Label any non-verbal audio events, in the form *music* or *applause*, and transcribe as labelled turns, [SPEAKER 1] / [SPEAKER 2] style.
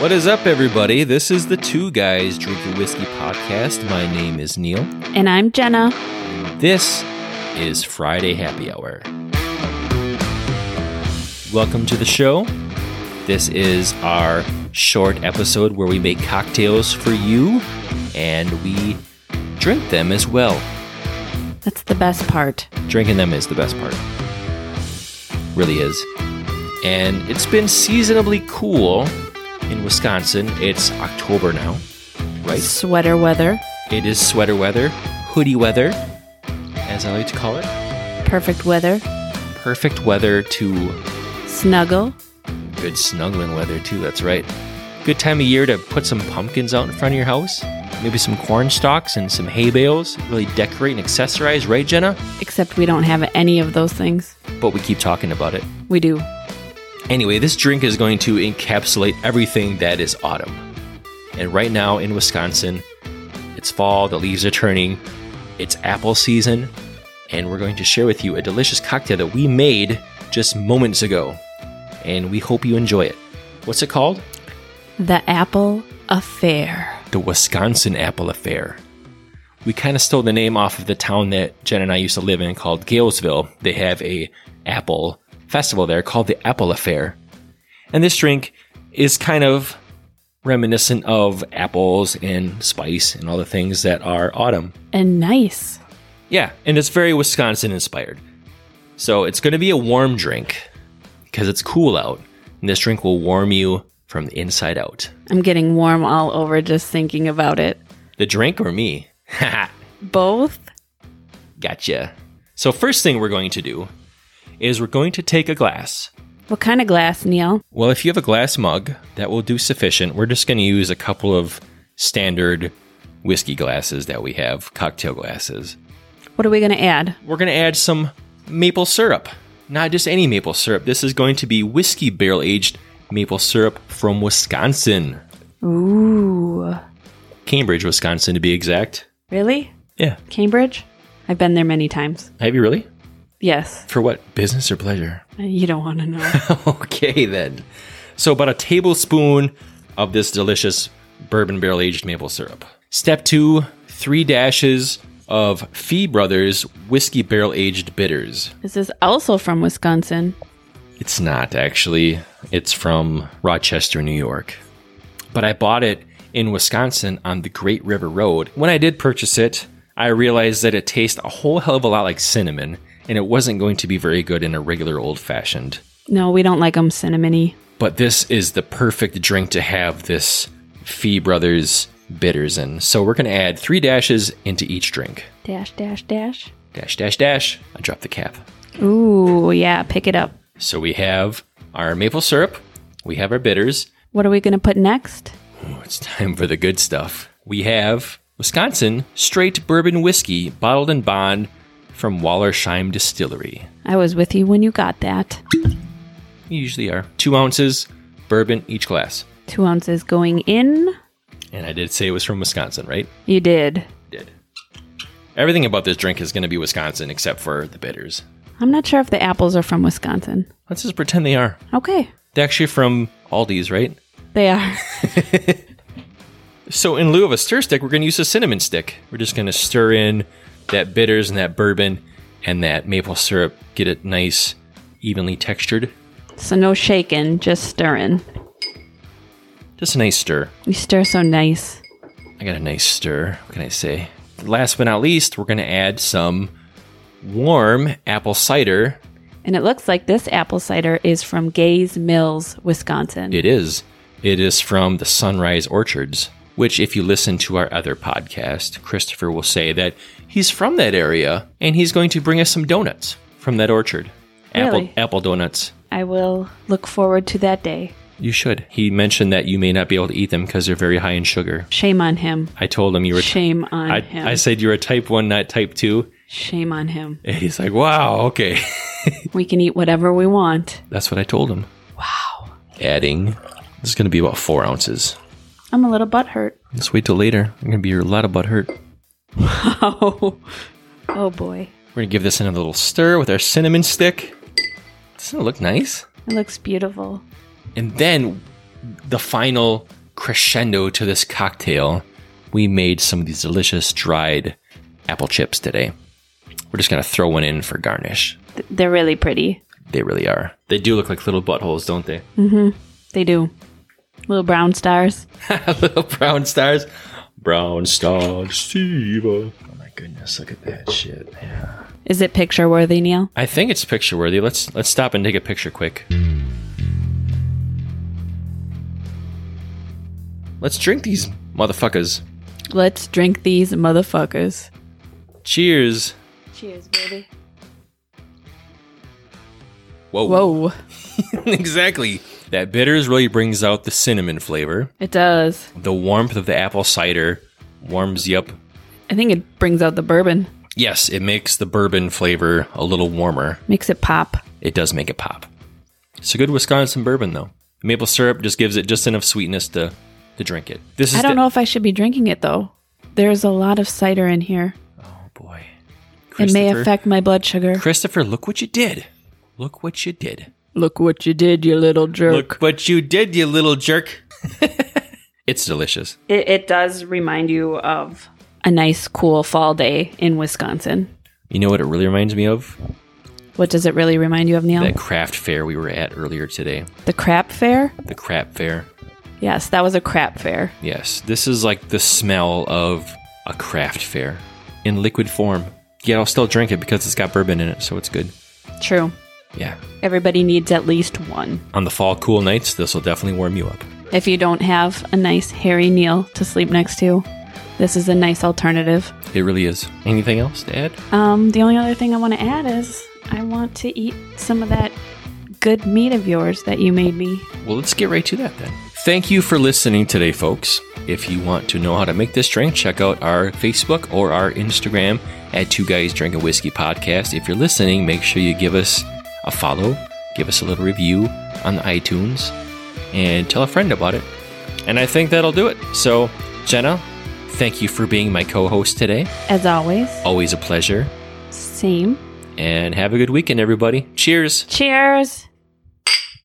[SPEAKER 1] What is up, everybody? This is the Two Guys Drinking Whiskey podcast. My name is Neil.
[SPEAKER 2] And I'm Jenna.
[SPEAKER 1] This is Friday Happy Hour. Welcome to the show. This is our short episode where we make cocktails for you and we drink them as well.
[SPEAKER 2] That's the best part.
[SPEAKER 1] Drinking them is the best part. Really is. And it's been seasonably cool in Wisconsin. It's October now, right?
[SPEAKER 2] Sweater weather.
[SPEAKER 1] It is sweater weather, hoodie weather, as I like to call it.
[SPEAKER 2] Perfect weather.
[SPEAKER 1] Perfect weather to
[SPEAKER 2] Snuggle.
[SPEAKER 1] good snuggling weather, too. That's right. Good time of year to put some pumpkins out in front of your house. Maybe some corn stalks and some hay bales. Really decorate and accessorize, right, Jenna?
[SPEAKER 2] Except we don't have any of those things.
[SPEAKER 1] But we keep talking about it.
[SPEAKER 2] We do.
[SPEAKER 1] Anyway, this drink is going to encapsulate everything that is autumn. And right now in Wisconsin, it's fall, the leaves are turning, it's apple season, and we're going to share with you a delicious cocktail that we made just moments ago. And we hope you enjoy it. What's it called?
[SPEAKER 2] The Apple Affair.
[SPEAKER 1] The Wisconsin Apple Affair. We kind of stole the name off of the town that Jen and I used to live in called Galesville. They have a apple festival there called the Apple Affair. And this drink is kind of reminiscent of apples and spice and all the things that are autumn.
[SPEAKER 2] And nice.
[SPEAKER 1] Yeah, and it's very Wisconsin inspired. So it's going to be a warm drink because it's cool out. And this drink will warm you from the inside out.
[SPEAKER 2] I'm getting warm all over just thinking about it.
[SPEAKER 1] The drink or me? *laughs*
[SPEAKER 2] Both?
[SPEAKER 1] Gotcha. So, first thing we're going to do is we're going to take a glass.
[SPEAKER 2] What kind of glass, Neil?
[SPEAKER 1] Well, if you have a glass mug, that will do sufficient. We're just going to use a couple of standard whiskey glasses that we have, cocktail glasses.
[SPEAKER 2] What are we going to add?
[SPEAKER 1] We're going to add some maple syrup. Not just any maple syrup. This is going to be whiskey barrel aged maple syrup from Wisconsin,
[SPEAKER 2] Ooh.
[SPEAKER 1] Cambridge, Wisconsin to be exact.
[SPEAKER 2] Really?
[SPEAKER 1] Yeah.
[SPEAKER 2] Cambridge? I've been there many times.
[SPEAKER 1] Have you really?
[SPEAKER 2] Yes.
[SPEAKER 1] For what? Business or pleasure?
[SPEAKER 2] You don't want to know.
[SPEAKER 1] *laughs* okay then. So about a tablespoon of this delicious bourbon barrel aged maple syrup. Step two, three dashes of Fee Brothers whiskey barrel aged bitters.
[SPEAKER 2] this is also from Wisconsin.
[SPEAKER 1] It's not actually. It's from Rochester, New York. But I bought it in Wisconsin on the Great River Road. When I did purchase it, I realized that it tastes a whole hell of a lot like cinnamon, and it wasn't going to be very good in a regular old fashioned.
[SPEAKER 2] No, we don't like them cinnamony.
[SPEAKER 1] but this is the perfect drink to have this Fee Brothers bitters in. So we're going to add three dashes into each drink.
[SPEAKER 2] Dash, dash, dash.
[SPEAKER 1] Dash, dash, dash. I dropped the cap.
[SPEAKER 2] Ooh, yeah, pick it up.
[SPEAKER 1] So we have our maple syrup, we have our bitters.
[SPEAKER 2] What are we going to put next?
[SPEAKER 1] Ooh, it's time for the good stuff. We have Wisconsin straight bourbon whiskey bottled in bond from Wallersheim Distillery.
[SPEAKER 2] I was with you when you got that.
[SPEAKER 1] You usually are. Two ounces bourbon each glass.
[SPEAKER 2] Two ounces going in.
[SPEAKER 1] And I did say it was from Wisconsin, right?
[SPEAKER 2] You did.
[SPEAKER 1] did. Everything about this drink is going to be Wisconsin except for the bitters.
[SPEAKER 2] I'm not sure if the apples are from Wisconsin.
[SPEAKER 1] Let's just pretend they are.
[SPEAKER 2] Okay,
[SPEAKER 1] They're actually from Aldi's, right?
[SPEAKER 2] they are. *laughs*
[SPEAKER 1] So, in lieu of a stir stick, we're going to use a cinnamon stick. We're just going to stir in that bitters and that bourbon and that maple syrup, get it nice, evenly textured.
[SPEAKER 2] so no shaking, just stirring.
[SPEAKER 1] Just a nice stir.
[SPEAKER 2] You stir so nice.
[SPEAKER 1] I got a nice stir. What can I say? Last but not least, we're going to add some warm apple cider
[SPEAKER 2] And it looks like this apple cider is from Gay's Mills, Wisconsin.
[SPEAKER 1] It is. It is from the Sunrise Orchards, which, if you listen to our other podcast, Christopher will say that he's from that area and he's going to bring us some donuts from that orchard.
[SPEAKER 2] Really?
[SPEAKER 1] Apple apple donuts.
[SPEAKER 2] I will look forward to that day.
[SPEAKER 1] You should. He mentioned that you may not be able to eat them because they're very high in sugar.
[SPEAKER 2] Shame on him.
[SPEAKER 1] I told him you were.
[SPEAKER 2] Shame on
[SPEAKER 1] I,
[SPEAKER 2] him.
[SPEAKER 1] I said you were type one, not type two, *laughs*
[SPEAKER 2] Shame on him.
[SPEAKER 1] and he's like, "Wow, okay." *laughs*
[SPEAKER 2] We can eat whatever we want.
[SPEAKER 1] That's what I told him.
[SPEAKER 2] Wow.
[SPEAKER 1] Adding, this is going to be about four ounces.
[SPEAKER 2] I'm a little butthurt.
[SPEAKER 1] Let's wait till later. I'm going to be a lot of butt hurt.
[SPEAKER 2] Oh. *laughs* Oh boy.
[SPEAKER 1] We're gonna give this in a little stir with our cinnamon stick. Doesn't it look nice?
[SPEAKER 2] It looks beautiful.
[SPEAKER 1] And then the final crescendo to this cocktail, we made some of these delicious dried apple chips today. We're just going to throw one in for garnish.
[SPEAKER 2] Th- They're really pretty.
[SPEAKER 1] They really are. They do look like little buttholes, don't *laughs* they?
[SPEAKER 2] They do. Little brown stars.
[SPEAKER 1] little brown stars. Brown stars, Steva. Oh my goodness, look at that shit.
[SPEAKER 2] Is it picture worthy, Neil?
[SPEAKER 1] I think it's picture worthy. Let's let's stop and take a picture quick. Let's drink these motherfuckers.
[SPEAKER 2] Let's drink these motherfuckers.
[SPEAKER 1] Cheers.
[SPEAKER 2] Cheers, baby.
[SPEAKER 1] Whoa.
[SPEAKER 2] Whoa.
[SPEAKER 1] *laughs* exactly. That bitters really brings out the cinnamon flavor.
[SPEAKER 2] It does.
[SPEAKER 1] The warmth of the apple cider warms you up.
[SPEAKER 2] I think it brings out the bourbon,
[SPEAKER 1] Yes, it makes the bourbon flavor a little warmer.
[SPEAKER 2] makes it pop.
[SPEAKER 1] It does make it pop. It's a good Wisconsin bourbon though. Maple syrup just gives it just enough sweetness to to drink it. This is
[SPEAKER 2] I don't
[SPEAKER 1] the-
[SPEAKER 2] know if I should be drinking it though. There's a lot of cider in here.
[SPEAKER 1] Oh boy.
[SPEAKER 2] It may
[SPEAKER 1] Christopher-
[SPEAKER 2] affect my blood sugar.
[SPEAKER 1] Christopher, look what you did. Look what you did.
[SPEAKER 2] Look what you did, you little jerk.
[SPEAKER 1] Look what you did, you little jerk. *laughs* it's delicious.
[SPEAKER 2] It, it does remind you of a nice, cool fall day in Wisconsin.
[SPEAKER 1] You know what it really reminds me of?
[SPEAKER 2] What does it really remind you of, Neil?
[SPEAKER 1] That craft fair we were at earlier today.
[SPEAKER 2] the crap fair?
[SPEAKER 1] The crap fair.
[SPEAKER 2] Yes, that was a crap fair.
[SPEAKER 1] Yes, this is like the smell of a craft fair in liquid form. Yet I'll still drink it because it's got bourbon in it, so it's good.
[SPEAKER 2] True.
[SPEAKER 1] Yeah.
[SPEAKER 2] Everybody needs at least one.
[SPEAKER 1] On the fall cool nights, this will definitely warm you up.
[SPEAKER 2] If you don't have a nice, hairy Neil to sleep next to, this is a nice alternative.
[SPEAKER 1] It really is. Anything else to add?
[SPEAKER 2] Um, the only other thing I want to add is I want to eat some of that good meat of yours that you made me.
[SPEAKER 1] Well, let's get right to that then. Thank you for listening today, folks. If you want to know how to make this drink, check out our Facebook or our Instagram at Two Guys Drink a Whiskey Podcast. If you're listening, make sure you give us a follow, give us a little review on iTunes, and tell a friend about it. And I think that'll do it. So, Jenna, thank you for being my co host today.
[SPEAKER 2] As always,
[SPEAKER 1] Always a pleasure.
[SPEAKER 2] same.
[SPEAKER 1] And have a good weekend, everybody. Cheers.
[SPEAKER 2] Cheers.